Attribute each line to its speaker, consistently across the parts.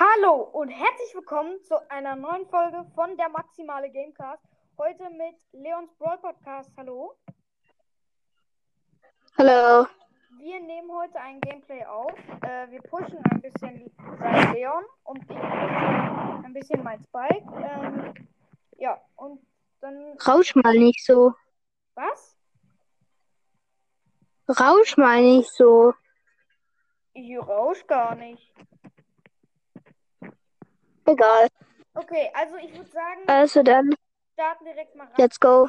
Speaker 1: Hallo und herzlich willkommen zu einer neuen Folge von der Maximale Gamecast. Heute mit Leons Brawl Podcast. Hallo.
Speaker 2: Hallo.
Speaker 1: Wir nehmen heute ein Gameplay auf. Äh, wir pushen ein bisschen sein Leon und ich pushe ein bisschen mein Spike. Ähm, ja, und dann.
Speaker 2: Rausch mal nicht so.
Speaker 1: Was?
Speaker 2: Rausch mal nicht so.
Speaker 1: Ich rausch gar nicht.
Speaker 2: Egal.
Speaker 1: Okay, also ich würde sagen, wir
Speaker 2: Also dann,
Speaker 1: starten direkt mal rein.
Speaker 2: let's go.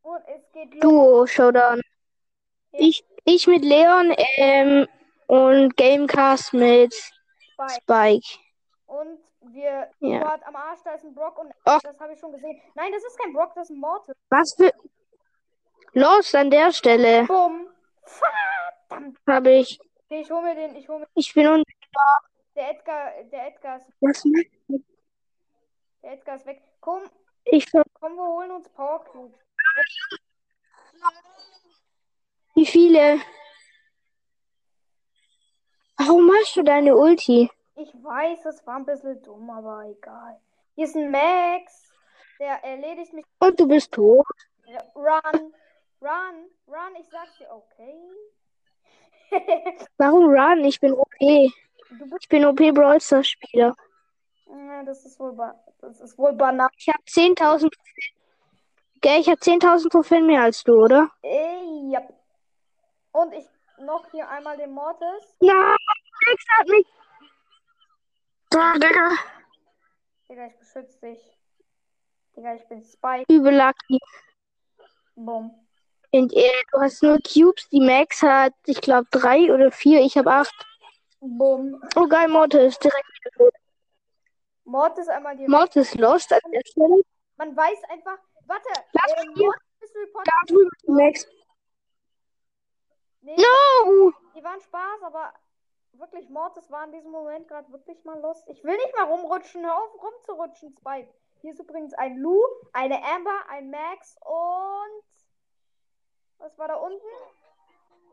Speaker 1: Und es geht los.
Speaker 2: Duo Showdown. Ich, ich mit Leon ähm, und Gamecast mit
Speaker 1: Bye.
Speaker 2: Spike.
Speaker 1: Und wir.
Speaker 2: Ja.
Speaker 1: Dort am Arsch, da ist ein Brock und.
Speaker 2: Och.
Speaker 1: Das habe ich schon gesehen. Nein, das ist kein Brock, das ist ein Mortis.
Speaker 2: Was für. Los an der Stelle
Speaker 1: Bumm.
Speaker 2: habe ich.
Speaker 1: Okay, ich hol mir den, ich hol mir.
Speaker 2: Ich bin und.
Speaker 1: Der Edgar, der Edgar ist,
Speaker 2: Was macht-
Speaker 1: der Edgar ist weg. Komm,
Speaker 2: Ich, ver-
Speaker 1: komm, wir holen uns Power Cube.
Speaker 2: wie viele? Warum machst du deine Ulti?
Speaker 1: Ich weiß, das war ein bisschen dumm, aber egal. Hier ist ein Max. Der erledigt mich.
Speaker 2: Und du bist tot.
Speaker 1: Run, run, run. Ich sag's dir, okay.
Speaker 2: Warum Run? Ich bin OP. Ich
Speaker 1: Du bist.
Speaker 2: bin OP Brawlstars Spieler.
Speaker 1: Ja, Das ist wohl, ba das ist wohl banal.
Speaker 2: Ich habe 10.000 Gell, ich habe 10.000 Trophäen mehr als du, oder?
Speaker 1: Ey, ja. Und ich noch hier einmal den Mortis.
Speaker 2: Nein, Max hat mich. Da, Digga.
Speaker 1: Digga, ich beschütze dich. Digga, ich bin Spike.
Speaker 2: Übel lucky.
Speaker 1: Bumm.
Speaker 2: Und äh, du hast nur Cubes. Die Max hat, ich glaube, drei oder vier. Ich habe acht.
Speaker 1: Bumm.
Speaker 2: Oh, geil, Mortis. Direkt.
Speaker 1: Mortis einmal die.
Speaker 2: Mortis lost an der Stelle.
Speaker 1: Man weiß einfach. Warte,
Speaker 2: Lass
Speaker 1: ähm,
Speaker 2: mich hier.
Speaker 1: Mortis Report.
Speaker 2: Da drüben die Max. Oh.
Speaker 1: Nee,
Speaker 2: No!
Speaker 1: die waren Spaß, aber wirklich, Mortis war in diesem Moment gerade wirklich mal Lust. Ich will nicht mal rumrutschen, hör auf rumzurutschen, Spike. Hier ist übrigens ein Lou, eine Amber, ein Max und. Was war da unten?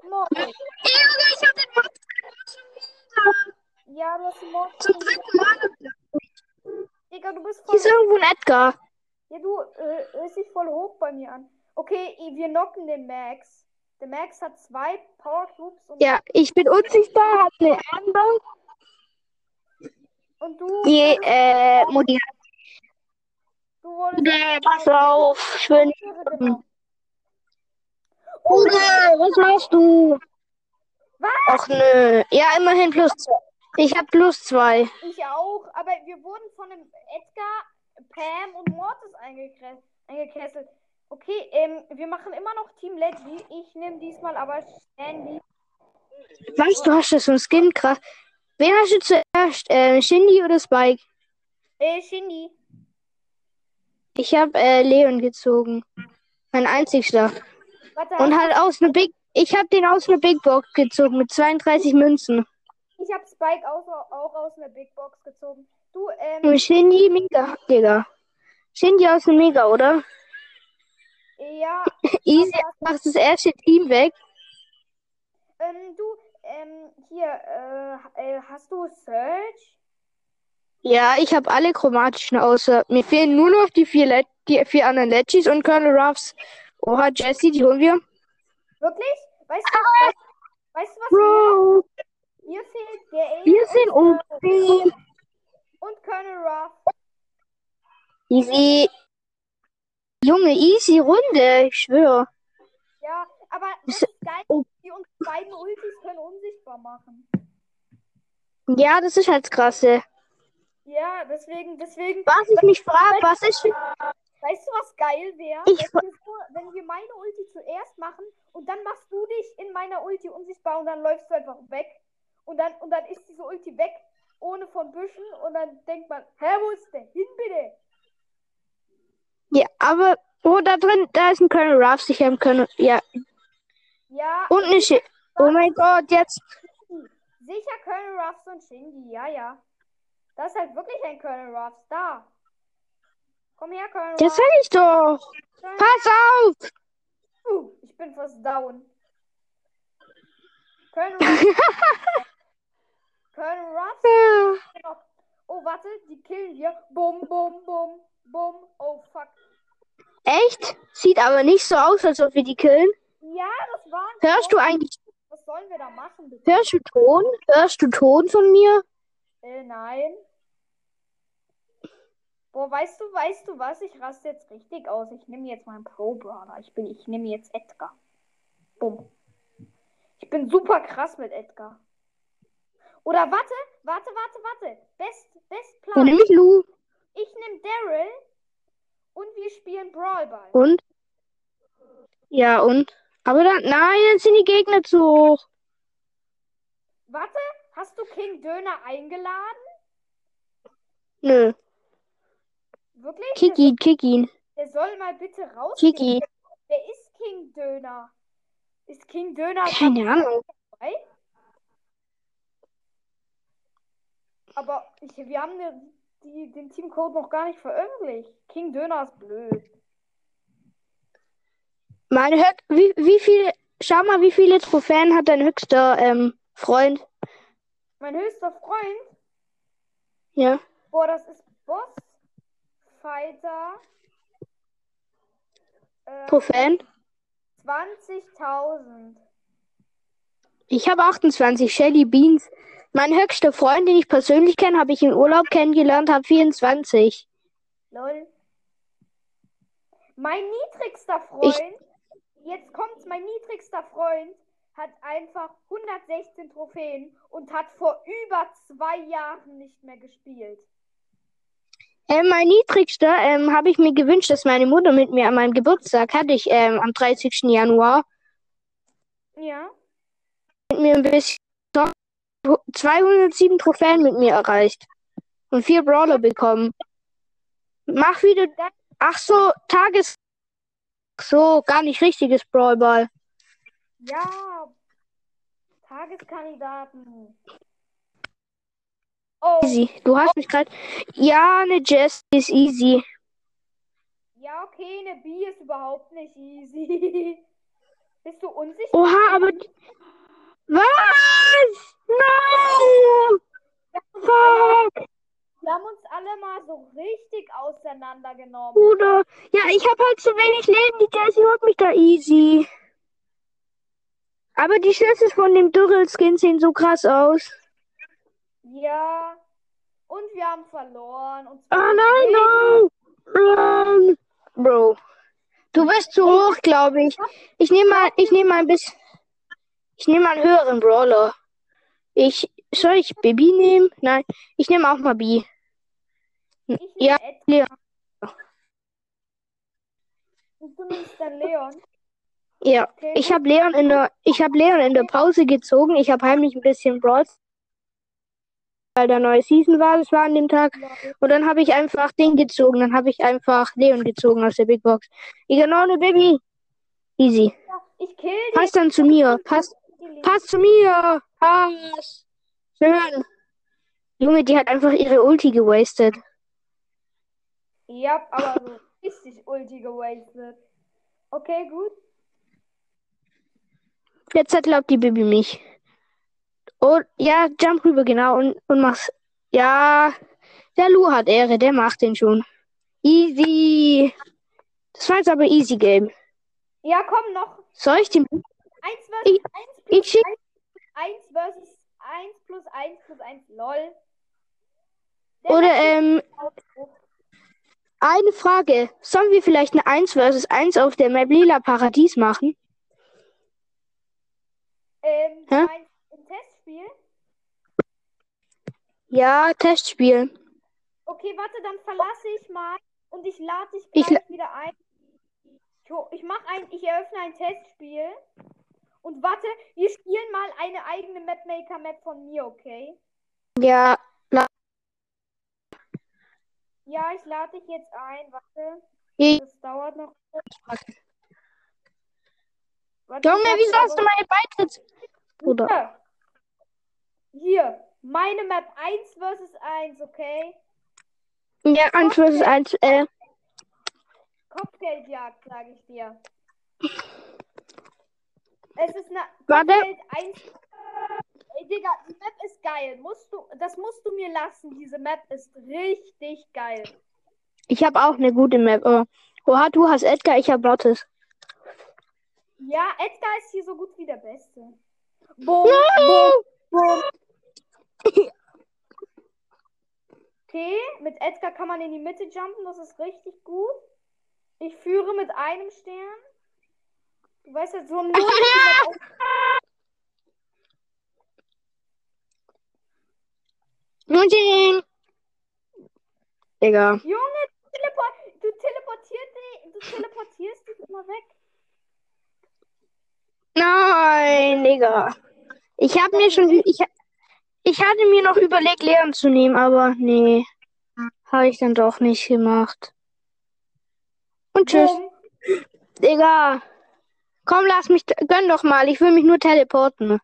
Speaker 1: Mortis.
Speaker 2: ich habe den Mortis
Speaker 1: Ja, du hast einen Mortis.
Speaker 2: zum dritten Mal.
Speaker 1: Digga, du bist
Speaker 2: Hier
Speaker 1: voll.
Speaker 2: ist irgendwo ein Edgar.
Speaker 1: Ja, du äh, hörst dich voll hoch bei mir an. Okay, wir knocken den Max. Der Max hat zwei Power Cubes und,
Speaker 2: Ja, ich bin unsichtbar, hab eine Amber.
Speaker 1: und du.
Speaker 2: Die, äh, Modi.
Speaker 1: Du wurdest.
Speaker 2: Nee, pass auf. Ich will nicht.
Speaker 1: Ich wurde genommen. Oh,
Speaker 2: Bruder, was machst du?
Speaker 1: Was?
Speaker 2: Ach nö. Ja, immerhin plus zwei. Ich hab plus zwei.
Speaker 1: Ich auch, aber wir wurden von dem Edgar, Pam und Mortis eingekre- eingekesselt. Okay, ähm, wir machen immer noch Team Leggy. Ich nehme diesmal aber Sandy.
Speaker 2: Weißt du, hast du so einen Skin krass. Wen hast du zuerst? Äh, Shindy oder Spike?
Speaker 1: Äh, Shindy.
Speaker 2: Ich hab äh, Leon gezogen. Mein einzigster.
Speaker 1: Warte,
Speaker 2: Und halt aus einer Big. Ich hab den aus einer Big Box gezogen mit 32 Münzen.
Speaker 1: ich habe Spike auch, auch aus einer Big Box gezogen. Du, ähm,
Speaker 2: Und Shindy, mega, Digga. Shindy aus einem Mega, oder? Hm.
Speaker 1: ja,
Speaker 2: Easy, machst das erste Team weg.
Speaker 1: ähm, du, ähm, hier, äh, äh, hast du Search?
Speaker 2: Ja, ich habe alle chromatischen außer. Mir fehlen nur noch die vier, Le die vier anderen Legis und Colonel Ruffs. Oha, Jesse, die holen wir.
Speaker 1: Wirklich? Weißt du, weißt, weißt du was? Mir, mir fehlt der Alien
Speaker 2: wir sind um OP.
Speaker 1: und Colonel Ruff.
Speaker 2: Easy. Junge, easy Runde, ich schwöre.
Speaker 1: Ja, aber das
Speaker 2: Ist-
Speaker 1: ist geil,
Speaker 2: oh.
Speaker 1: die uns beiden Ultis können unsichtbar machen.
Speaker 2: Ja, das ist halt das krasse.
Speaker 1: Ja, deswegen, deswegen,
Speaker 2: Was ich mich frage, was ist.
Speaker 1: weißt du, was geil wäre? Wenn,
Speaker 2: Ich-
Speaker 1: wir so- wenn wir meine Ulti zuerst machen und dann machst du dich in meiner Ulti unsichtbar und dann läufst du einfach weg. Und dann, und dann ist diese Ulti weg, ohne von Büschen und dann denkt man, hä, wo ist der hin, bitte?
Speaker 2: Ja, aber. Oh, da drin, da ist ein Colonel Ruffs. Ich habe Colonel. Ja,
Speaker 1: Ja,
Speaker 2: und eine Sch Oh mein Gott, jetzt.
Speaker 1: sicher Colonel Ruffs und Shindy, ja, ja. Das ist halt wirklich ein Colonel Ruffs, da. Komm her, Colonel
Speaker 2: Das sag
Speaker 1: Ruffs.
Speaker 2: ich doch.
Speaker 1: Colonel
Speaker 2: Pass auf.
Speaker 1: Puh, ich bin fast down. Colonel Ruff. Colonel Ruff.
Speaker 2: Ja.
Speaker 1: noch. Oh, Warte, die killen wir. Bum, bum, bum, bum. Oh, fuck.
Speaker 2: Echt? Sieht aber nicht so aus, als ob wir die killen.
Speaker 1: Ja, das war.
Speaker 2: Hörst du eigentlich,
Speaker 1: Was sollen wir da machen, bitte?
Speaker 2: hörst du Ton? Hörst du Ton von mir?
Speaker 1: Äh, nein. Boah, weißt du, weißt du was? Ich raste jetzt richtig aus. Ich nehme jetzt meinen Pro Brawler. Ich bin, ich nehme jetzt Edgar. Bumm. Ich bin super krass mit Edgar. Oder warte, warte, warte, warte. Best, best
Speaker 2: Dann
Speaker 1: Plan.
Speaker 2: nehme ich Lou.
Speaker 1: Ich nehme Daryl und wir spielen Brawl Ball.
Speaker 2: Und? Ja, und? Aber dann, nein, dann sind die Gegner zu hoch.
Speaker 1: Warte, hast du King Döner eingeladen?
Speaker 2: Nö,
Speaker 1: Wirklich?
Speaker 2: kick ihn, kick ihn,
Speaker 1: Der soll mal bitte rausgehen.
Speaker 2: kick ihn.
Speaker 1: Wer ist King Döner? Ist King Döner
Speaker 2: Keine Ahnung.
Speaker 1: Aber ich, wir haben ne, die, den Teamcode noch gar nicht veröffentlicht. King Döner ist blöd.
Speaker 2: Meine Höch wie, wie viele, schau mal, wie viele Trophäen hat dein höchster ähm, Freund?
Speaker 1: Mein höchster Freund,
Speaker 2: Ja.
Speaker 1: boah, das ist Boss Fighter. Äh,
Speaker 2: Trophäen?
Speaker 1: 20.000.
Speaker 2: Ich habe 28 Shelly Beans. Mein höchster Freund, den ich persönlich kenne, habe ich im Urlaub kennengelernt, habe 24.
Speaker 1: Lol. Mein niedrigster Freund, jetzt kommt's, mein niedrigster Freund hat einfach 116 Trophäen und hat vor über zwei Jahren nicht mehr gespielt.
Speaker 2: Ähm, mein niedrigster ähm, habe ich mir gewünscht, dass meine Mutter mit mir an meinem Geburtstag hatte ich ähm, am 30. Januar
Speaker 1: Ja.
Speaker 2: mit mir ein bisschen 207 Trophäen mit mir erreicht und vier Brawler bekommen. Mach wieder. Ach so, Tages. Ach so, gar nicht richtiges Brawlball.
Speaker 1: Ja. Tageskandidaten. Oh,
Speaker 2: Easy. Du hast mich gerade. Ja, eine Jess ist easy.
Speaker 1: ja, okay, eine B ist überhaupt nicht easy. Bist du unsicher?
Speaker 2: Oha, aber. Was? Nein! Fuck,
Speaker 1: Wir haben uns alle mal so richtig auseinandergenommen.
Speaker 2: Bruder. Ja, ich hab halt zu wenig Leben. Die Jessie holt mich da easy. Aber die Schüsse von dem Dürrel-Skin sehen so krass aus.
Speaker 1: Ja. Und wir haben verloren. Und
Speaker 2: Ah, nein, no! Run! Bro. Du bist zu hoch, glaube ich. Ich nehme mal, ich nehme mal ein bisschen. Ich nehme mal einen höheren Brawler. Ich. Soll ich Baby nehmen? Nein. Ich nehme auch mal B.
Speaker 1: ich nehme
Speaker 2: Ja,
Speaker 1: Ed.
Speaker 2: Leon.
Speaker 1: Und du nimmst dann Leon.
Speaker 2: Ja.
Speaker 1: Okay.
Speaker 2: Ich habe Leon in der. Ich habe Leon in der Pause gezogen. Ich habe heimlich ein bisschen Brawl. Weil da neue Season war, das war an dem Tag. Und dann habe ich einfach den gezogen. Dann habe ich einfach Leon gezogen aus der Big Box. Ich genau eine Baby. Easy.
Speaker 1: Ich kill dich.
Speaker 2: Passt dann zu mir. Passt, passt zu mir. Pass. Schön. Junge, die hat einfach ihre Ulti gewastet.
Speaker 1: Ja, aber so richtig ulti gewastet. Okay, gut.
Speaker 2: Jetzt hat, glaubt die Baby mich. Oh, ja, jump rüber, genau. Und, und mach's. Ja, der Lu hat Ehre. Der macht den schon. Easy. Das war jetzt aber easy Game.
Speaker 1: Ja, komm, noch
Speaker 2: Soll ich den.
Speaker 1: 1
Speaker 2: Ich-
Speaker 1: versus 1
Speaker 2: Ich
Speaker 1: plus
Speaker 2: schick.
Speaker 1: 1 versus 1 plus 1 plus 1. Lol. Der
Speaker 2: Oder,
Speaker 1: hat
Speaker 2: ähm,
Speaker 1: Ausbruch.
Speaker 2: eine Frage. Sollen wir vielleicht eine 1 vs 1 auf der Map Lila Paradies machen?
Speaker 1: Ähm,
Speaker 2: äh, Hä?
Speaker 1: du meinst im Testspiel?
Speaker 2: Ja, Testspiel.
Speaker 1: Okay, warte, dann verlasse ich mal und ich lade dich
Speaker 2: Ich
Speaker 1: gleich wieder ein. Ich, ho- ich mache ein, ich eröffne ein Testspiel. Und warte, wir spielen mal eine eigene Mapmaker-Map von mir, okay?
Speaker 2: Ja,
Speaker 1: Ja, ich lade dich jetzt ein, warte.
Speaker 2: Ich-
Speaker 1: Das dauert noch. Warte,
Speaker 2: Junge,
Speaker 1: ich
Speaker 2: wieso
Speaker 1: hab-
Speaker 2: hast du meine Beitritts... Bruder.
Speaker 1: Hier. Hier, meine Map 1 versus 1, okay?
Speaker 2: Ja, eins versus eins. Äh,
Speaker 1: Kopfgeldjagd, sage ich dir. Es ist eine
Speaker 2: Warte.
Speaker 1: Kopfgeld 1. Ey, Digga, die Map ist geil. Musst du, das musst du mir lassen. Diese Map ist richtig geil.
Speaker 2: Ich habe auch eine gute Map. Oh. Oha, du hast Edgar, ich habe Lottes.
Speaker 1: Ja, Edgar ist hier so gut wie der Beste. Boom, boom, boom. Okay, mit Edgar kann man in die Mitte jumpen, das ist richtig gut. Ich führe mit einem Stern. Du weißt jetzt so ein
Speaker 2: Nudging! Digga.
Speaker 1: Junge, du, teleport du, teleportierst dich, du teleportierst dich immer weg.
Speaker 2: Nein, Digga. Ich habe mir schon. Ich, ich hatte mir noch überlegt, Leon zu nehmen, aber nee. Habe ich dann doch nicht gemacht. Und tschüss.
Speaker 1: Boom.
Speaker 2: Digga. Komm, lass mich. Gönn doch mal. Ich will mich nur teleporten.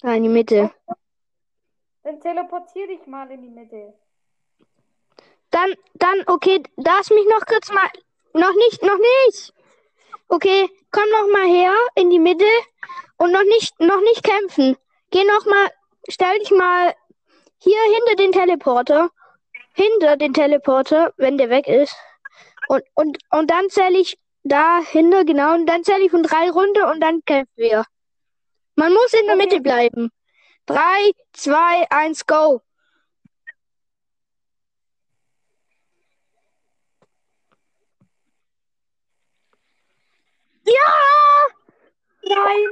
Speaker 2: Da in die Mitte.
Speaker 1: Dann teleportier dich mal in die Mitte.
Speaker 2: Dann, dann, okay. Lass mich noch kurz mal. Noch nicht, noch nicht. Okay, komm noch mal her in die Mitte und noch nicht, noch nicht kämpfen. Geh noch mal, stell dich mal hier hinter den Teleporter, hinter den Teleporter, wenn der weg ist. Und und und dann zähle ich dahinter genau und dann zähle ich von drei runter und dann kämpfen wir. Man muss in der
Speaker 1: Okay.
Speaker 2: Mitte bleiben. Drei, zwei, eins, go. Ja!
Speaker 1: Nein!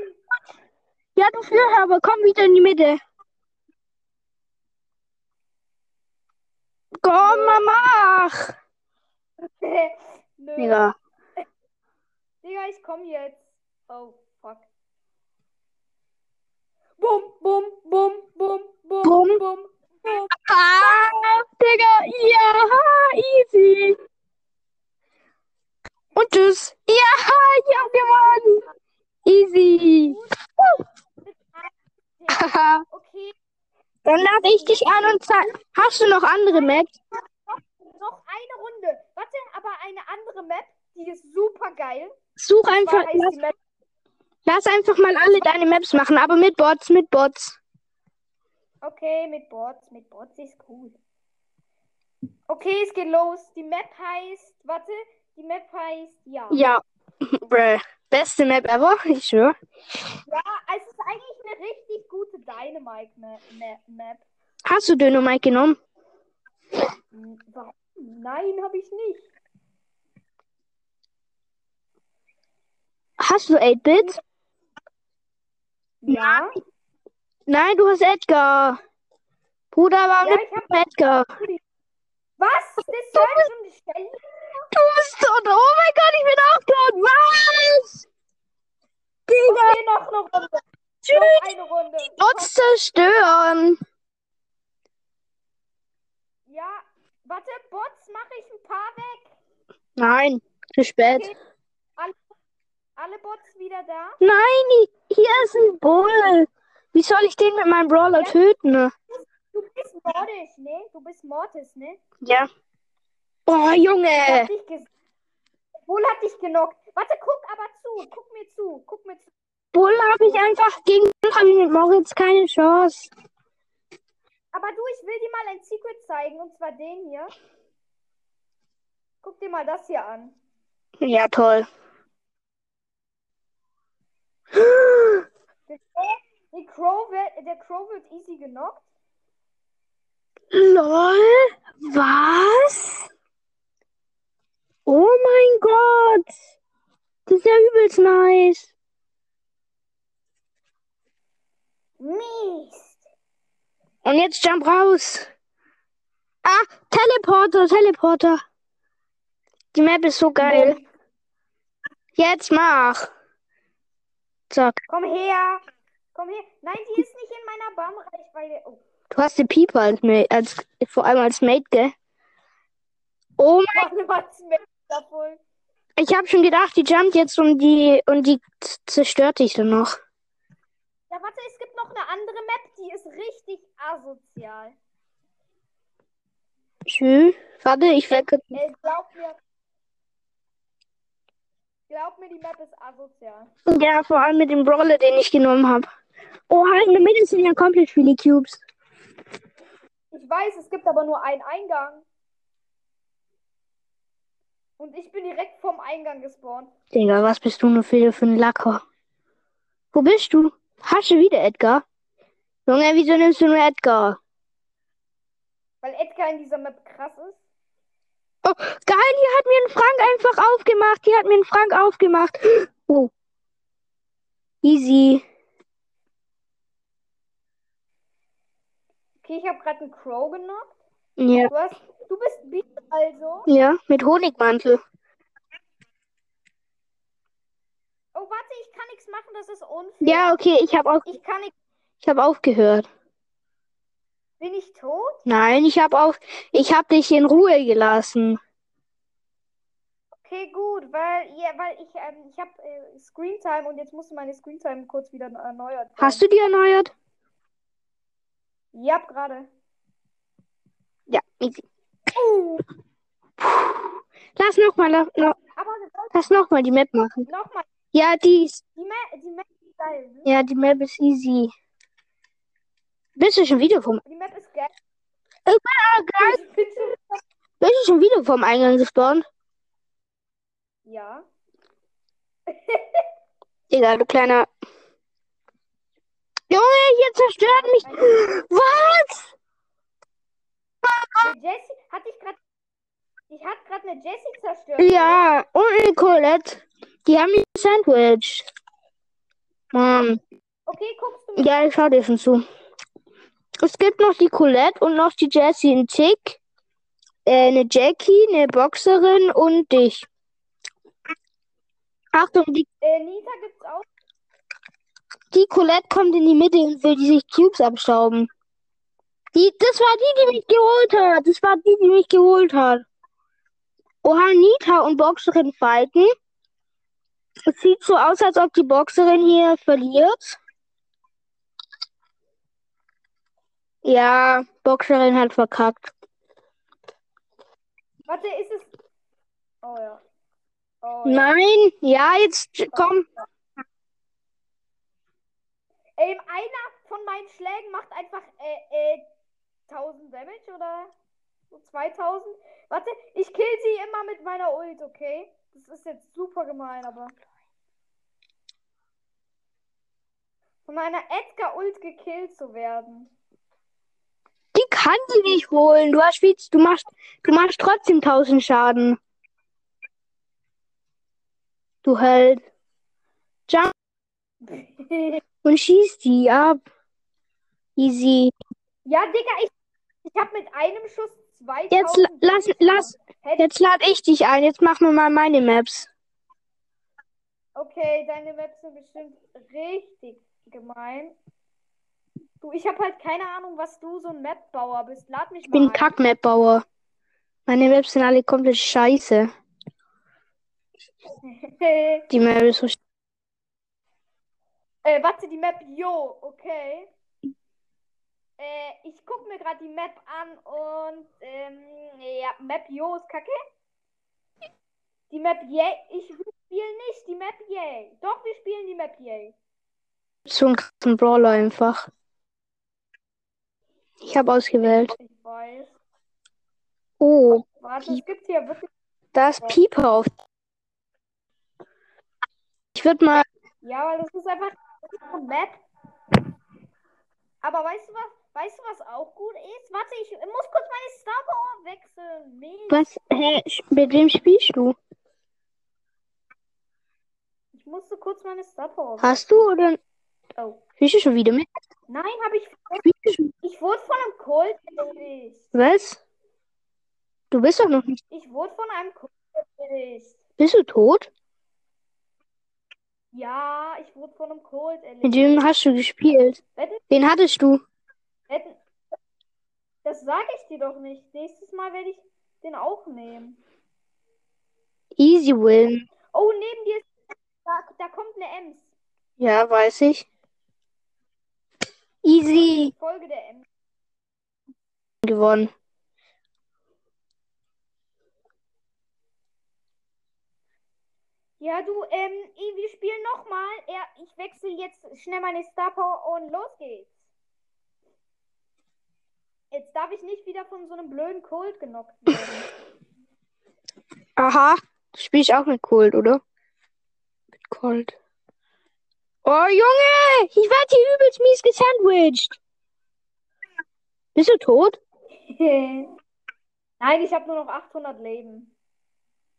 Speaker 2: Ja, du Führhaber, komm wieder in die Mitte. Komm, Mama! Ach,
Speaker 1: Nö.
Speaker 2: Digga.
Speaker 1: Digga, ich komm jetzt. Oh, fuck. Bum, bum, bum, bum, bum,
Speaker 2: Bum.
Speaker 1: bum, bum.
Speaker 2: Ah, Digga, ja, easy. Und tschüss. Ja, ich hab gewonnen. Easy. Haha.
Speaker 1: Okay,
Speaker 2: Dann lade ich dich an und zeig. Hast du noch andere Maps?
Speaker 1: noch Also eine Runde. Warte, aber eine andere Map, die ist super geil.
Speaker 2: Such
Speaker 1: Zwar
Speaker 2: einfach,
Speaker 1: heißt
Speaker 2: lass,
Speaker 1: die Map
Speaker 2: lass einfach mal alle deine Maps machen, aber mit Bots, mit Bots.
Speaker 1: Okay, mit Bots, mit Bots ist cool. Okay, es geht los. Die Map heißt, warte, die Map heißt, ja.
Speaker 2: Ja, bruh. Beste Map ever, ich schwör.
Speaker 1: Ja, es ist eigentlich eine richtig gute Dynamite-Map.
Speaker 2: Hast du Dynamite genommen?
Speaker 1: Hm, Warum? Nein, habe ich nicht.
Speaker 2: Hast du 8-Bit?
Speaker 1: Ja,
Speaker 2: Nein, du hast Edgar. Bruder, warum
Speaker 1: ja
Speaker 2: nimmst
Speaker 1: ich habe.
Speaker 2: du Edgar?
Speaker 1: Was? Das soll schon gestellt?
Speaker 2: Du bist tot. Oh mein Gott, ich bin auch tot. Was? Digga,
Speaker 1: Okay, noch eine Runde.
Speaker 2: tschüss.
Speaker 1: Eine Runde.
Speaker 2: Bots zerstören.
Speaker 1: Ja, warte, Bots mache ich ein paar weg.
Speaker 2: Nein, zu spät.
Speaker 1: Alle Bots wieder da.
Speaker 2: Nein, hier ist ein Bull. Wie soll ich den mit meinem Brawler töten?
Speaker 1: Du bist Mortis, ne? Du bist Mortis, ne?
Speaker 2: Ja. Oh,
Speaker 1: Ich
Speaker 2: Junge.
Speaker 1: hab dich ges- Bull hat dich genockt. Warte, guck aber zu. Guck mir zu. Guck mir zu.
Speaker 2: Bull habe ich einfach gegen Bull habe ich mit Moritz keine Chance.
Speaker 1: Aber du, ich will dir mal ein Secret zeigen. Und zwar den hier. Guck dir mal das hier an.
Speaker 2: Ja, toll.
Speaker 1: Die Crow wird, der Crow wird easy genockt.
Speaker 2: Lol, was? Oh mein Gott. Das ist ja übelst nice.
Speaker 1: Mist.
Speaker 2: Und jetzt jump raus. Ah, Teleporter, Teleporter. Die Map ist so geil.
Speaker 1: Bull,
Speaker 2: Jetzt mach. Zack.
Speaker 1: Komm her. Komm her. Nein, die ist nicht in meiner Baumreichweite. Oh.
Speaker 2: Du hast den Pieper als, Ma- als, vor allem als Mate, gell? Oh
Speaker 1: Warte,
Speaker 2: mein
Speaker 1: was mit davon?
Speaker 2: Ich habe schon gedacht, die jumpt jetzt und die und die z- zerstört dich dann noch.
Speaker 1: Ja, warte, es gibt noch eine andere Map, die ist richtig asozial.
Speaker 2: Tschüss. Warte, ich wecke.
Speaker 1: Ey, Äh, glaub mir. Glaub mir, die Map ist asozial.
Speaker 2: Ja, vor allem mit dem Brawler, den ich genommen habe. Oha, in der Mitte sind ja komplett viele Cubes.
Speaker 1: Ich weiß, es gibt aber nur einen Eingang. Und ich bin direkt vom Eingang gespawnt.
Speaker 2: Digga, was bist du nur für, für ein Lacker? Wo bist du? Hast du wieder Edgar? Junge, wieso nimmst du nur Edgar?
Speaker 1: Weil Edgar in dieser Map krass ist.
Speaker 2: Oh, geil, die hat mir einen Frank einfach aufgemacht. Die hat mir einen Frank aufgemacht. Oh. Easy.
Speaker 1: Okay, ich habe gerade einen Crow genommen.
Speaker 2: Ja.
Speaker 1: Du, hast, du bist Beat also.
Speaker 2: Ja, mit Honigmantel.
Speaker 1: Oh, warte, ich kann nichts machen, das ist unfair.
Speaker 2: Ja, okay, ich habe auch,
Speaker 1: Ich kann nicht.
Speaker 2: ich habe aufgehört.
Speaker 1: Bin ich tot?
Speaker 2: Nein, ich habe auf, ich habe dich in Ruhe gelassen.
Speaker 1: Okay, gut, weil, ja, weil ich, ähm, ich habe äh, Screentime und jetzt musste meine Screentime kurz wieder erneuert werden.
Speaker 2: Hast du die erneuert?
Speaker 1: Ja, gerade.
Speaker 2: Ja, easy.
Speaker 1: Uh,
Speaker 2: Lass noch mal, noch- noch-
Speaker 1: aber wir sollten
Speaker 2: lass noch mal die Map machen.
Speaker 1: nochmal.
Speaker 2: Ja, die ist,
Speaker 1: Die Map, die Map ist geil. ne?
Speaker 2: ja, die Map ist easy. Bist du schon wieder vom,
Speaker 1: Die Map ist geil.
Speaker 2: Ich
Speaker 1: bin auch geil.
Speaker 2: bist du schon wieder vom Eingang gespawnt?
Speaker 1: Ja.
Speaker 2: Digga, du kleiner. Junge, hier zerstört mich. Was?
Speaker 1: Eine Jessie, hatte ich gerade. Ich hatte gerade eine Jessie zerstört.
Speaker 2: Ja, und Nicolette. Die haben mich Sandwich. Mann.
Speaker 1: Okay, guckst du mir.
Speaker 2: Ja, ich schau dir schon zu. Es gibt noch die Colette und noch die Jessie, einen Tick, äh, eine Jackie, eine Boxerin und dich. Achtung, die,
Speaker 1: Äh, Nita gibt's auch.
Speaker 2: die Colette kommt in die Mitte und will die sich Cubes abstauben. Die, das war die, die mich geholt hat. Das war die, die mich geholt hat. Oha, Nita und Boxerin fighten. Es sieht so aus, als ob die Boxerin hier verliert. Ja, Boxerin hat verkackt.
Speaker 1: Warte, ist es. Oh ja. Oh, ja.
Speaker 2: Nein, ja, jetzt komm.
Speaker 1: Ey, Ähm, einer von meinen Schlägen macht einfach äh, äh, 1000 Damage oder so 2000. Warte, ich kill sie immer mit meiner Ult, okay? Das ist jetzt super gemein, aber. Von einer Edgar-Ult gekillt zu werden.
Speaker 2: Die kann die nicht holen. Du hast Schwitz, du machst, du machst trotzdem 1000 Schaden. Du Held. Jump und schießt die ab. Easy.
Speaker 1: ja, Digga, ich, ich habe mit einem Schuss 2000.
Speaker 2: Jetzt la- lass-
Speaker 1: Damage
Speaker 2: lass-
Speaker 1: gemacht. Hätte-
Speaker 2: Jetzt lade ich dich ein. Jetzt machen wir mal meine Maps.
Speaker 1: Okay, deine Maps sind bestimmt richtig gemein. Du, ich habe halt keine Ahnung, was du so ein Mapbauer bist. Lad mich
Speaker 2: Ich bin
Speaker 1: mal ein.
Speaker 2: Kack-Map-Bauer. Meine Maps sind alle komplett scheiße.
Speaker 1: äh,
Speaker 2: Die Map ist so sch-
Speaker 1: warte, die Map, yo, okay. Äh, ich guck mir gerade die Map an und ähm, ja, Map yo ist kacke. Die Map yay, ich spiele nicht die Map yay. Doch, wir spielen die Map yay.
Speaker 2: so ein krassen Brawler einfach. Ich habe ausgewählt.
Speaker 1: Ich weiß.
Speaker 2: Oh,
Speaker 1: Warte, es gibt hier wirklich.
Speaker 2: da ist Pieper auf. Ich würde mal.
Speaker 1: Ja, weil das ist einfach eine Map. Aber weißt du was? Weißt du, was auch gut ist? Warte, ich muss kurz meine Star Power wechseln. Mist.
Speaker 2: Was? Hä? sch- Mit wem spielst du?
Speaker 1: Ich musste kurz meine Star Power wechseln.
Speaker 2: Hast du oder.
Speaker 1: Oh.
Speaker 2: Spielst du schon wieder mit?
Speaker 1: Nein, habe ich.
Speaker 2: Spielst du schon...
Speaker 1: Ich wurde von einem Colt erwischt.
Speaker 2: Was? Du bist doch noch nicht.
Speaker 1: Ich wurde von einem Colt erwischt.
Speaker 2: Bist du tot?
Speaker 1: Ja, ich wurde von einem Colt
Speaker 2: Mit
Speaker 1: erwischt.
Speaker 2: wem hast du gespielt?
Speaker 1: Wetten?
Speaker 2: Wen hattest du?
Speaker 1: Wetten? Das sage ich dir doch nicht. Nächstes Mal werde ich den auch nehmen.
Speaker 2: Easy Win.
Speaker 1: Oh, neben dir ist. Da, da kommt eine Ems.
Speaker 2: Ja, weiß ich. Easy
Speaker 1: Ich folge der Ems.
Speaker 2: gewonnen.
Speaker 1: Ja, du, ähm, Ey, wir spielen nochmal. Ja, ich wechsle jetzt schnell meine Star Power und los geht's. Jetzt darf ich nicht wieder von so einem blöden Cold genockt werden.
Speaker 2: Aha. Du spielst auch mit Cold, oder? Mit Cold. Oh, Junge! Ich werde hier übelst mies gesandwiched. Bist du tot?
Speaker 1: Nein, ich habe nur noch 800 Leben.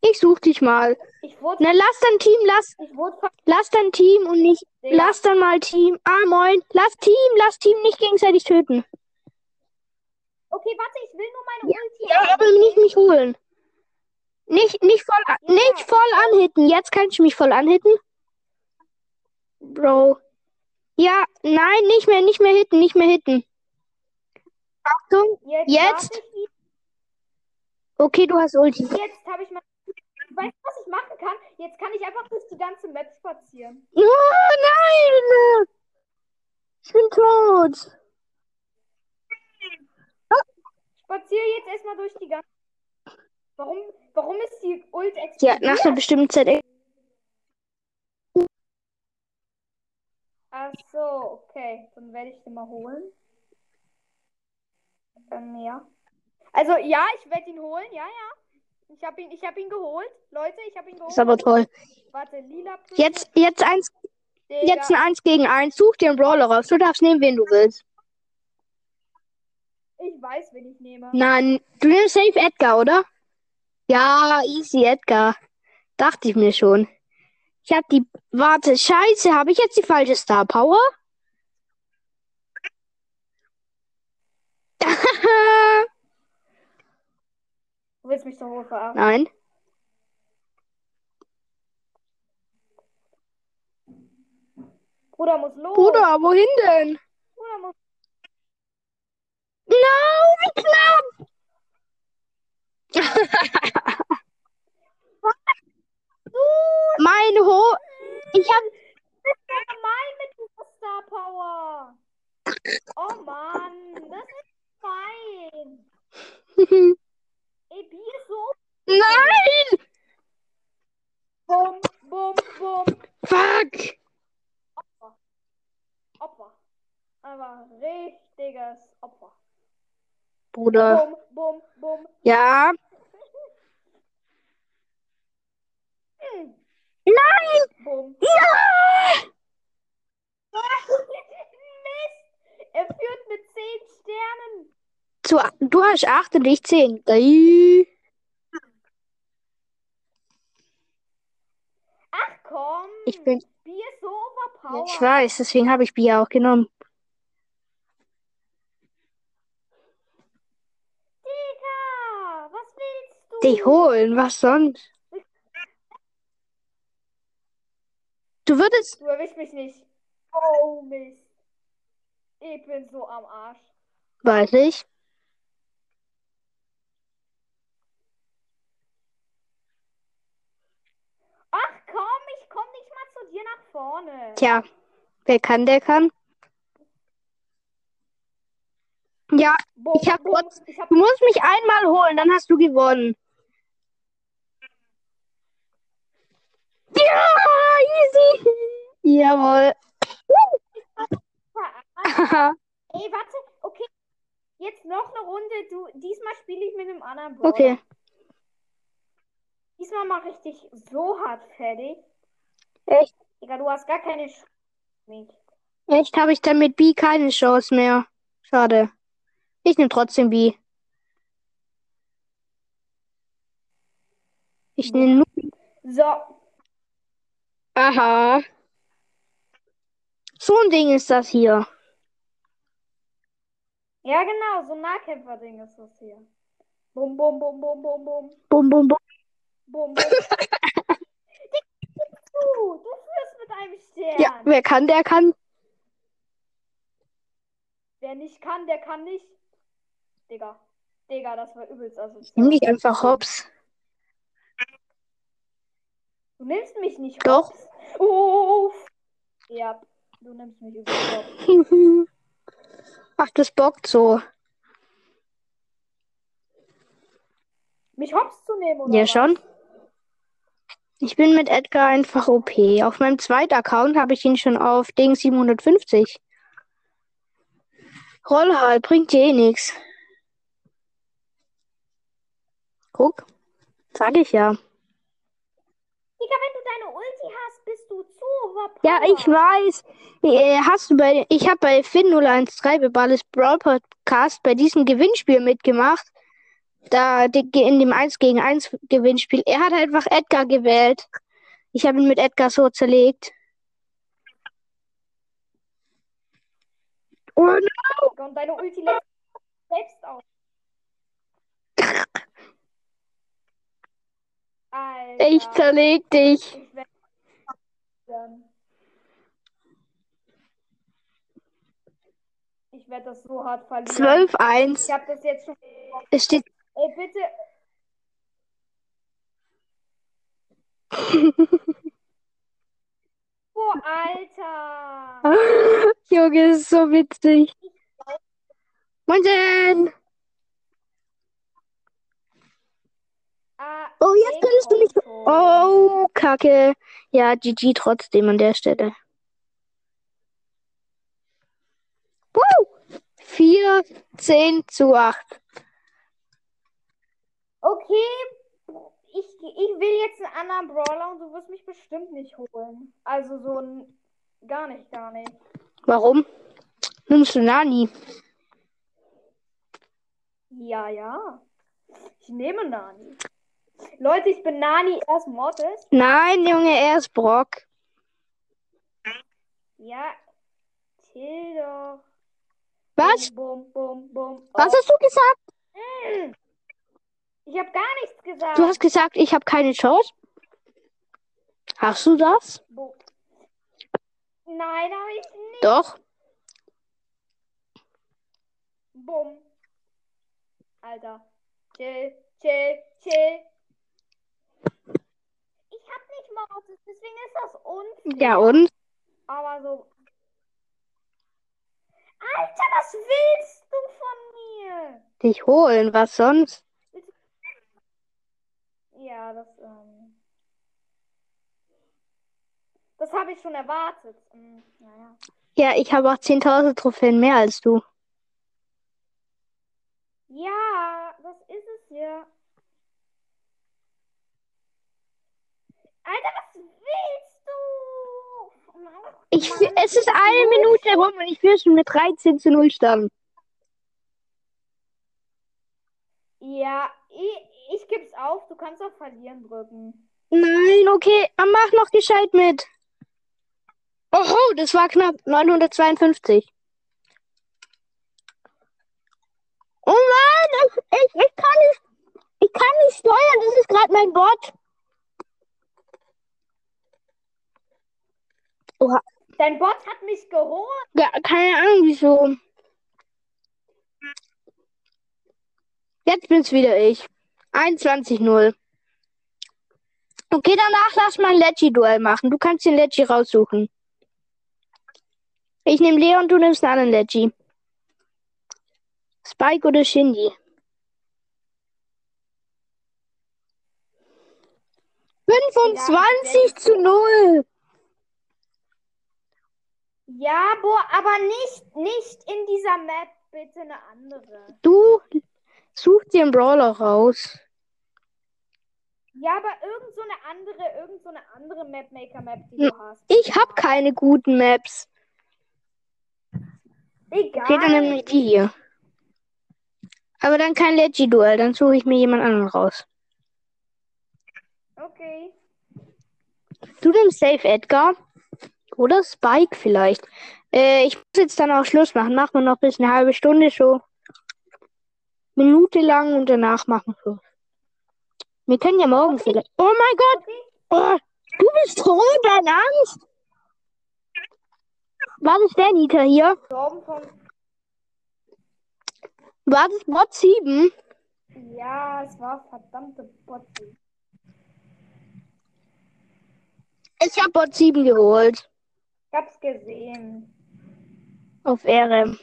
Speaker 2: Ich such dich mal.
Speaker 1: Ich wurde,
Speaker 2: Na, lass dein Team, lass,
Speaker 1: ich wurde ver-
Speaker 2: lass dein Team und nicht,
Speaker 1: Digga.
Speaker 2: lass dann mal Team. Ah, moin. Lass Team, lass Team nicht gegenseitig töten.
Speaker 1: Okay, warte, ich will nur meine Ulti.
Speaker 2: Ja, aber nicht mich holen. Nicht, nicht voll, a-
Speaker 1: Ja.
Speaker 2: nicht voll anhitten. Jetzt kannst du mich voll anhitten. Bro. Ja, nein, nicht mehr, nicht mehr hitten, nicht mehr hitten. Achtung. Jetzt?
Speaker 1: warte ich,
Speaker 2: Okay, du hast Ulti.
Speaker 1: jetzt habe ich mal. Weißt du, was ich machen kann? Jetzt kann ich einfach durch die ganze Map spazieren.
Speaker 2: Oh, nein! Ich bin tot.
Speaker 1: Spaziere jetzt erstmal durch die ganze. Warum, warum ist die Ult
Speaker 2: Ja,
Speaker 1: explodiert?
Speaker 2: nach einer bestimmten Zeit.
Speaker 1: Ach so, okay. Dann werde ich den mal holen. Ähm, ja. Also, ja, ich werde ihn holen. Ja, ja. Ich habe ihn, ich hab ihn geholt. Leute, ich habe ihn geholt.
Speaker 2: Ist aber toll.
Speaker 1: Warte, lila Pilze,
Speaker 2: Jetzt, jetzt eins,
Speaker 1: Digga.
Speaker 2: jetzt ein Eins gegen eins. Such dir einen Brawler raus. Du darfst nehmen, wen du willst.
Speaker 1: Ich weiß, wen ich nehme.
Speaker 2: Nein, du nimmst safe Edgar, oder? Ja, easy Edgar. Dachte ich mir schon. Ich hab die. Warte, scheiße, habe ich jetzt die falsche Star Power?
Speaker 1: Du willst mich doch wohl verarschen.
Speaker 2: Nein.
Speaker 1: Bruder muss los.
Speaker 2: Bruder, wohin denn?
Speaker 1: Bruder muss.
Speaker 2: No, wie knapp! Mein Ho. Ich hab.
Speaker 1: Gemein mit dieser Star Power. Oh Mann, das ist fein. Ey, Bi ist so.
Speaker 2: Nein!
Speaker 1: Bum, bum, bum.
Speaker 2: Fuck!
Speaker 1: Opfer. Aber richtiges Opfer.
Speaker 2: Bruder.
Speaker 1: Bum, bum, bum.
Speaker 2: Ja.
Speaker 1: Hm.
Speaker 2: Nein!
Speaker 1: Bum.
Speaker 2: Ja!
Speaker 1: Mist. Er führt mit 10 Sternen.
Speaker 2: Zu, du hast 8 und ich 10. Geil.
Speaker 1: Ach komm.
Speaker 2: Ich bin.
Speaker 1: Bi ist so overpowered.
Speaker 2: Ich weiß, deswegen habe ich Bier auch genommen.
Speaker 1: Digga, was willst du?
Speaker 2: Dich holen, was sonst? Du würdest.
Speaker 1: Du erwisch mich nicht. Oh Mist. Ich bin so am Arsch.
Speaker 2: Weiß ich.
Speaker 1: Ach komm, ich komm nicht mal zu dir nach vorne.
Speaker 2: Tja, wer kann, der kann. Ja,
Speaker 1: Bum,
Speaker 2: ich hab
Speaker 1: bum,
Speaker 2: kurz-
Speaker 1: ich hab
Speaker 2: du musst mich einmal holen, dann hast du gewonnen. Ja, easy. Jawohl.
Speaker 1: verarscht. Ah, Ey, warte. Okay. Jetzt noch eine Runde. Du, diesmal spiele ich mit einem anderen Brawler.
Speaker 2: okay.
Speaker 1: Diesmal mache ich dich so hart fertig.
Speaker 2: Echt?
Speaker 1: Digga, du hast gar keine Chance. mit mir.
Speaker 2: Echt habe ich dann mit B keine Chance mehr. Schade. Ich nehme trotzdem B. Ich nehme nur.
Speaker 1: So,
Speaker 2: Aha. So ein Ding ist das hier.
Speaker 1: ja genau, so ein Nahkämpfer-Ding ist das hier. Bum, bum, bum, bum, bum, bum.
Speaker 2: Bum, bum, bum.
Speaker 1: Bum, bum. Dick, du, du führst mit einem Stern.
Speaker 2: Ja, wer kann, der kann.
Speaker 1: Wer nicht kann, der kann nicht. Digga. Digga, das war übelst asozial.
Speaker 2: Nimm dich einfach hops.
Speaker 1: Du nimmst mich nicht
Speaker 2: Doch.
Speaker 1: hops. Uff. Ja, du nimmst mich übelst hops.
Speaker 2: Ach, das bockt so.
Speaker 1: Mich hops zu nehmen, oder
Speaker 2: Ja,
Speaker 1: was?
Speaker 2: schon. Ich bin mit Edgar einfach OP. Auf meinem zweiten Account habe ich ihn schon auf Ding 750. Roll halt, bringt dir eh nichts. Guck, sag ich ja.
Speaker 1: Digga, wenn du deine Ulti hast, bist du zu overpowered.
Speaker 2: Ja, ich weiß. Äh, Hast du bei, ich habe bei Finn013 bei Ballis Brawl Podcast bei diesem Gewinnspiel mitgemacht. Da die- in dem 1 gegen 1 Gewinnspiel. Er hat einfach Edgar gewählt. Ich habe ihn mit Edgar so zerlegt. Oh nein,
Speaker 1: Digga, Und deine Ulti lässt selbst auf. Alter,
Speaker 2: ich zerleg dich.
Speaker 1: ich werd dann. Ich werde das so hart verlieren.
Speaker 2: 12-1.
Speaker 1: Ich habe das jetzt schon.
Speaker 2: Es steht
Speaker 1: Ey, bitte. Boah, Alter.
Speaker 2: Junge, ist so witzig. Moin, Jen.
Speaker 1: Ah,
Speaker 2: Oh, jetzt könntest du mich. Oh, Kacke. Ja, GG trotzdem an der Stelle. Wow. 4, 10 zu 8.
Speaker 1: Okay, ich, ich will jetzt einen anderen Brawler und du wirst mich bestimmt nicht holen. Also so ein. Gar nicht, gar nicht.
Speaker 2: Warum? Nimmst du Nani?
Speaker 1: Ja, ja. Ich nehme Nani. Leute, ich bin Nani erst Mortis.
Speaker 2: Nein, Junge, er ist Brock.
Speaker 1: Ja. Chill doch.
Speaker 2: Was?
Speaker 1: Bum, bum, bum. Oh.
Speaker 2: Was hast du gesagt?
Speaker 1: Ich habe gar nichts gesagt.
Speaker 2: Du hast gesagt, ich habe keine Chance. Hast du das?
Speaker 1: Bo Nein, habe ich nicht.
Speaker 2: Doch.
Speaker 1: Bumm. Alter. Chill, chill, chill. Ich hab nicht Mortis, deswegen ist das unfair.
Speaker 2: Ja, und?
Speaker 1: Aber so. Alter, was willst du von mir?
Speaker 2: Dich holen, was sonst?
Speaker 1: Ja, das, ähm. Das habe ich schon erwartet. Hm, naja.
Speaker 2: Ja, ich habe auch 10.000 Trophäen mehr als du.
Speaker 1: Ja, das ist es ja. Alter, was willst du? Mann,
Speaker 2: Ich,
Speaker 1: Mann,
Speaker 2: es ist eine Minute rum und ich führe schon mit 13 zu 0 Stand.
Speaker 1: Ja, ich, ich geb's auf. Du kannst auf Verlieren drücken.
Speaker 2: Nein, okay, dann mach noch gescheit mit. Oho, das war knapp. 952. Oh Mann, ich, ich, ich kann nicht, ich kann nicht steuern, das ist gerade mein Bot.
Speaker 1: Dein Bot hat mich geholt.
Speaker 2: Ja, keine Ahnung, wieso. Jetzt bin's wieder ich. 21-0. Okay, danach lass mal ein Leggy-Duell machen. Du kannst den Leggy raussuchen. Ich nehme Leon, du nimmst einen anderen Leggy. Spike oder Shindy?
Speaker 1: Ja,
Speaker 2: 25
Speaker 1: ich
Speaker 2: zu 0.
Speaker 1: Ja, boah, aber nicht, nicht in dieser Map. Bitte eine andere.
Speaker 2: Du such dir einen Brawler raus.
Speaker 1: Ja, aber irgend so eine andere, irgend so eine andere Mapmaker-Map, die du hast.
Speaker 2: Ich hab keine guten Maps.
Speaker 1: Egal.
Speaker 2: Okay, dann nehme ich die hier. Aber dann kein Leggy-Duell, dann suche ich mir jemand anderen raus.
Speaker 1: Okay.
Speaker 2: Du nimmst Safe Edgar oder Spike vielleicht. Äh, ich muss jetzt dann auch Schluss machen. Machen wir noch bis eine halbe Stunde so. Minute lang und danach machen wir. Wir können ja morgen vielleicht. Oh mein Gott!
Speaker 1: Okay.
Speaker 2: Oh, du bist rot, dein Ernst? War das der Nita hier?
Speaker 1: Torben von.
Speaker 2: War das Bot 7?
Speaker 1: Ja, es war verdammte Botte.
Speaker 2: Ich habe Bot 7 geholt.
Speaker 1: Ich hab's gesehen.
Speaker 2: Auf Ehre.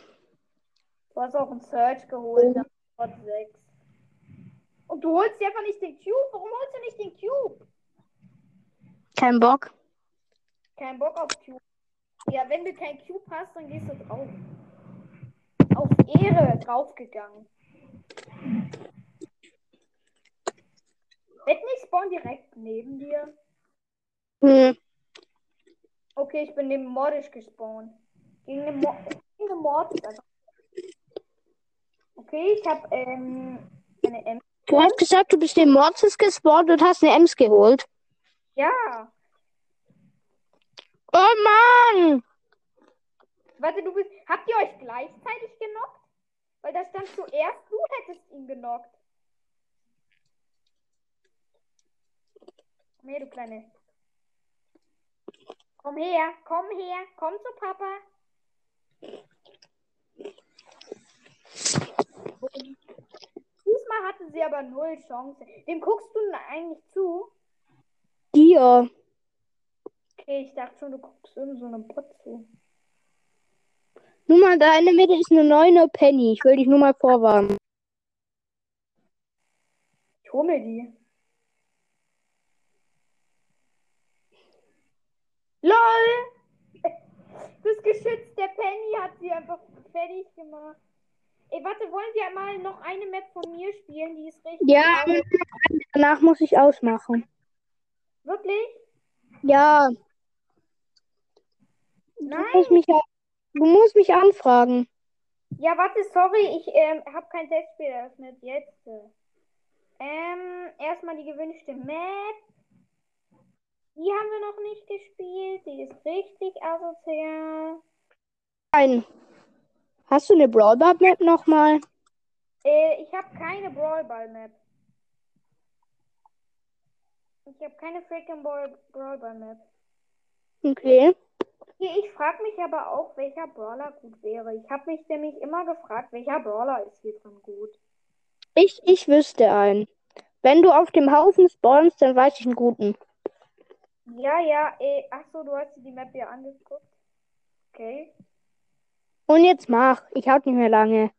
Speaker 1: Du hast auch einen Search geholt, dann Bot 6. Und du holst dir einfach nicht den Cube. Warum holst du nicht den Cube?
Speaker 2: Kein Bock.
Speaker 1: Kein Bock auf Cube. Ja, wenn du kein Cube hast, dann gehst du drauf. Auf Ehre draufgegangen. Wird nicht Spawn direkt neben dir?
Speaker 2: Hm.
Speaker 1: Okay, ich bin neben Mordisch gespawnt. Gegen den, Mo gegen den Mordisch. Also. Okay, ich habe ähm, eine M.
Speaker 2: Du hast gesagt, du bist den Mortis gespawnt und hast eine Ems geholt.
Speaker 1: Ja.
Speaker 2: Oh Mann!
Speaker 1: Warte, du bist. Habt ihr euch gleichzeitig genockt? Weil da stand zuerst, du hättest ihn genockt. Komm her, du Kleine. Komm her, komm her, komm zu Papa. Diesmal hatten sie aber null Chance. Dem guckst du denn eigentlich zu?
Speaker 2: Dir.
Speaker 1: Okay, ich dachte schon, du guckst irgend so einem Bot zu.
Speaker 2: Nur mal, da in der Mitte ist eine 9er Penny. Ich will dich nur mal vorwarnen.
Speaker 1: Ich hol mir die. LOL! Das Geschütz der Penny hat sie einfach fertig gemacht. Ey, warte, wollen wir mal noch eine Map von mir spielen? Die ist richtig.
Speaker 2: Ja,
Speaker 1: geil.
Speaker 2: danach muss ich ausmachen.
Speaker 1: Wirklich?
Speaker 2: Ja.
Speaker 1: Nein.
Speaker 2: Du musst mich, du musst mich anfragen.
Speaker 1: Ja, warte, sorry, ich ähm, habe kein Testspiel eröffnet. Jetzt. Ähm, erstmal die gewünschte Map. Die haben wir noch nicht gespielt. Die ist richtig asozial.
Speaker 2: Nein. Hast du eine Brawlbar Map nochmal?
Speaker 1: Äh, ich habe keine Brawlball-Map. Ich habe keine freaking Brawl- Brawlball-Map.
Speaker 2: Okay.
Speaker 1: Okay, ich frage mich aber auch, welcher Brawler gut wäre. Ich habe mich nämlich immer gefragt, welcher Brawler ist hier drin gut.
Speaker 2: Ich, ich wüsste einen. Wenn du auf dem Haufen spawnst, dann weiß ich einen guten.
Speaker 1: Ja, ja, äh, ach so, du hast dir die Map hier angeguckt. Okay,
Speaker 2: Und jetzt mach. Ich hab nicht mehr lange.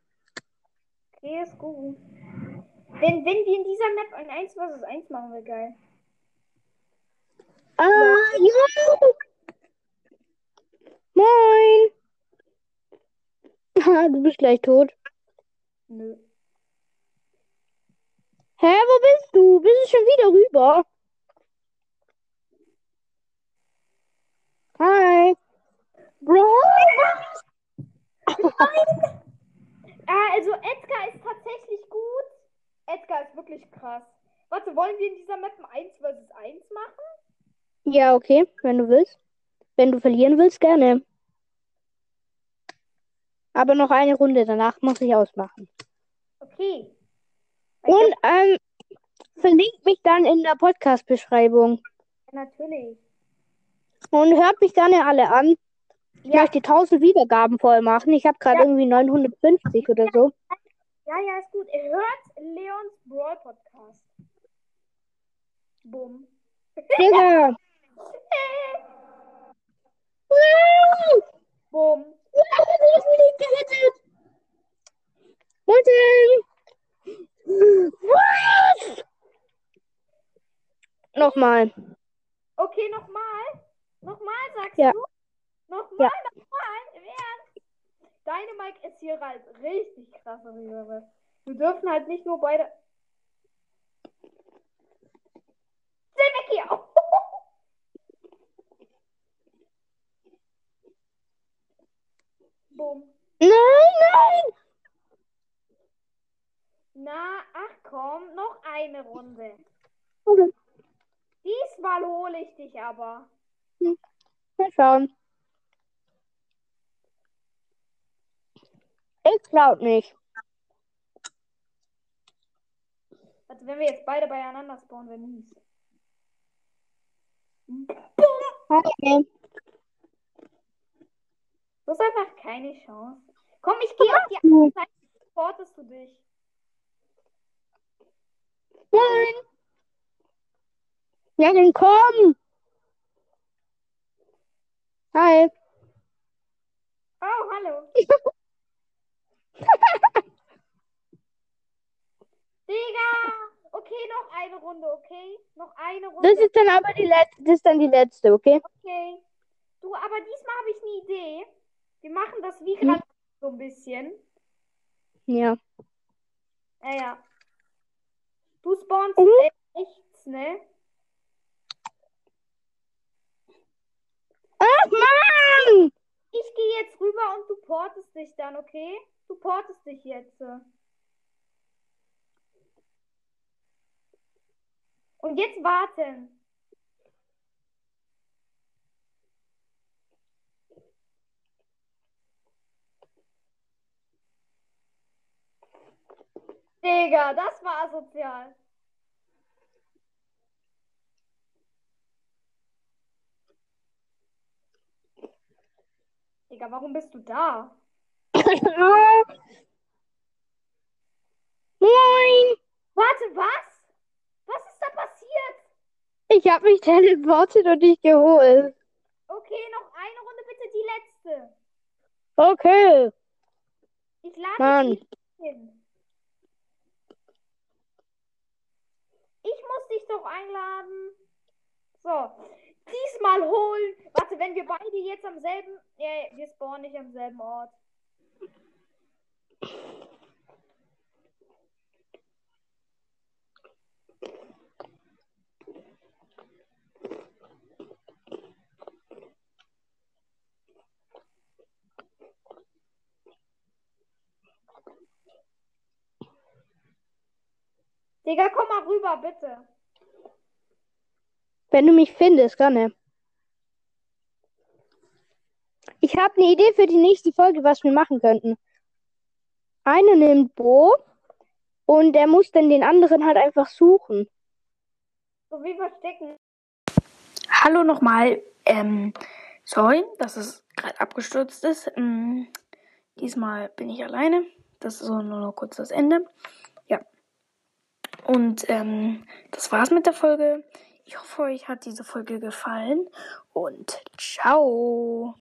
Speaker 1: okay, ist gut. Wenn, wenn wir in dieser Map ein 1 vs 1 machen, wäre geil.
Speaker 2: Ah, ja. Moin. Ah, du bist gleich tot.
Speaker 1: Nö.
Speaker 2: Hä, wo bist du? Bist du schon wieder rüber? Hi. Bro.
Speaker 1: Ah, also Edgar ist tatsächlich gut. Edgar ist wirklich krass. Warte, wollen wir in dieser Map ein 1 vs 1 machen?
Speaker 2: Ja, okay, wenn du willst. Wenn du verlieren willst, gerne. Aber noch eine Runde, danach muss ich ausmachen.
Speaker 1: Okay. Ich
Speaker 2: Und ähm, verlinkt mich dann in der Podcast-Beschreibung.
Speaker 1: hab- natürlich.
Speaker 2: Und hört mich dann ja alle an. Ich
Speaker 1: Ja.
Speaker 2: möchte 1000 Wiedergaben voll machen. Ich habe gerade
Speaker 1: Ja.
Speaker 2: irgendwie 950 oder so.
Speaker 1: Ja, ja, ist gut. Ihr hört Leons Brawl Podcast. Bumm.
Speaker 2: Digga.
Speaker 1: Bumm.
Speaker 2: Martin! Was? Nochmal.
Speaker 1: Okay, nochmal. Nochmal sagst
Speaker 2: Ja.
Speaker 1: du? Nochmal, nochmal. Im Ernst. Dynamite ist hier halt richtig krasse Röhre. Wir dürfen halt nicht nur beide. Steh weg hier! Bumm.
Speaker 2: Nein, nein!
Speaker 1: Na, ach komm, noch eine Runde.
Speaker 2: Okay,
Speaker 1: Diesmal hole ich dich aber.
Speaker 2: mal schauen. Ich glaub nicht.
Speaker 1: Also wenn wir jetzt beide beieinander spawnen, wäre mies.
Speaker 2: Okay.
Speaker 1: Du hast einfach keine Chance. Komm, ich gehe auf die
Speaker 2: Nein.
Speaker 1: Seite, supportest du dich.
Speaker 2: Ja, dann komm! Hi.
Speaker 1: Oh, hallo. Digga! Okay, noch eine Runde, okay? Noch eine Runde,
Speaker 2: Das ist dann aber die letzte, das ist dann die letzte, okay?
Speaker 1: okay? Du, aber diesmal habe ich eine Idee. Wir machen das wie
Speaker 2: Hm.
Speaker 1: gerade so ein bisschen.
Speaker 2: Ja.
Speaker 1: Ja, ja. Du spawnst
Speaker 2: Mhm.
Speaker 1: äh, rechts, ne?
Speaker 2: Ach Mann!
Speaker 1: Ich gehe jetzt rüber und du portest dich dann, okay? Du portest dich jetzt. äh. Und jetzt warten. Digga, das war asozial. Digga, warum bist du da?
Speaker 2: Moin!
Speaker 1: Warte, was? Was ist da passiert?
Speaker 2: Ich habe mich teleportet und dich geholt.
Speaker 1: Okay, noch eine Runde bitte, die letzte.
Speaker 2: Okay.
Speaker 1: Ich lade
Speaker 2: Mann.
Speaker 1: dich hin. Ich muss dich doch einladen. So, diesmal holen. Warte, wenn wir beide jetzt am selben. Ja, wir spawnen nicht am selben Ort. Digga, komm mal rüber, bitte.
Speaker 2: Wenn du mich findest, gerne. Ich habe eine Idee für die nächste Folge, was wir machen könnten. Einer nimmt Bo und der muss dann den anderen halt einfach suchen.
Speaker 1: So wie verstecken.
Speaker 3: Hallo nochmal. Ähm, sorry, dass es gerade abgestürzt ist. Ähm, diesmal bin ich alleine. Das ist so nur noch kurz das Ende. Ja. Und ähm, das war's mit der Folge. Ich hoffe, euch hat diese Folge gefallen und ciao.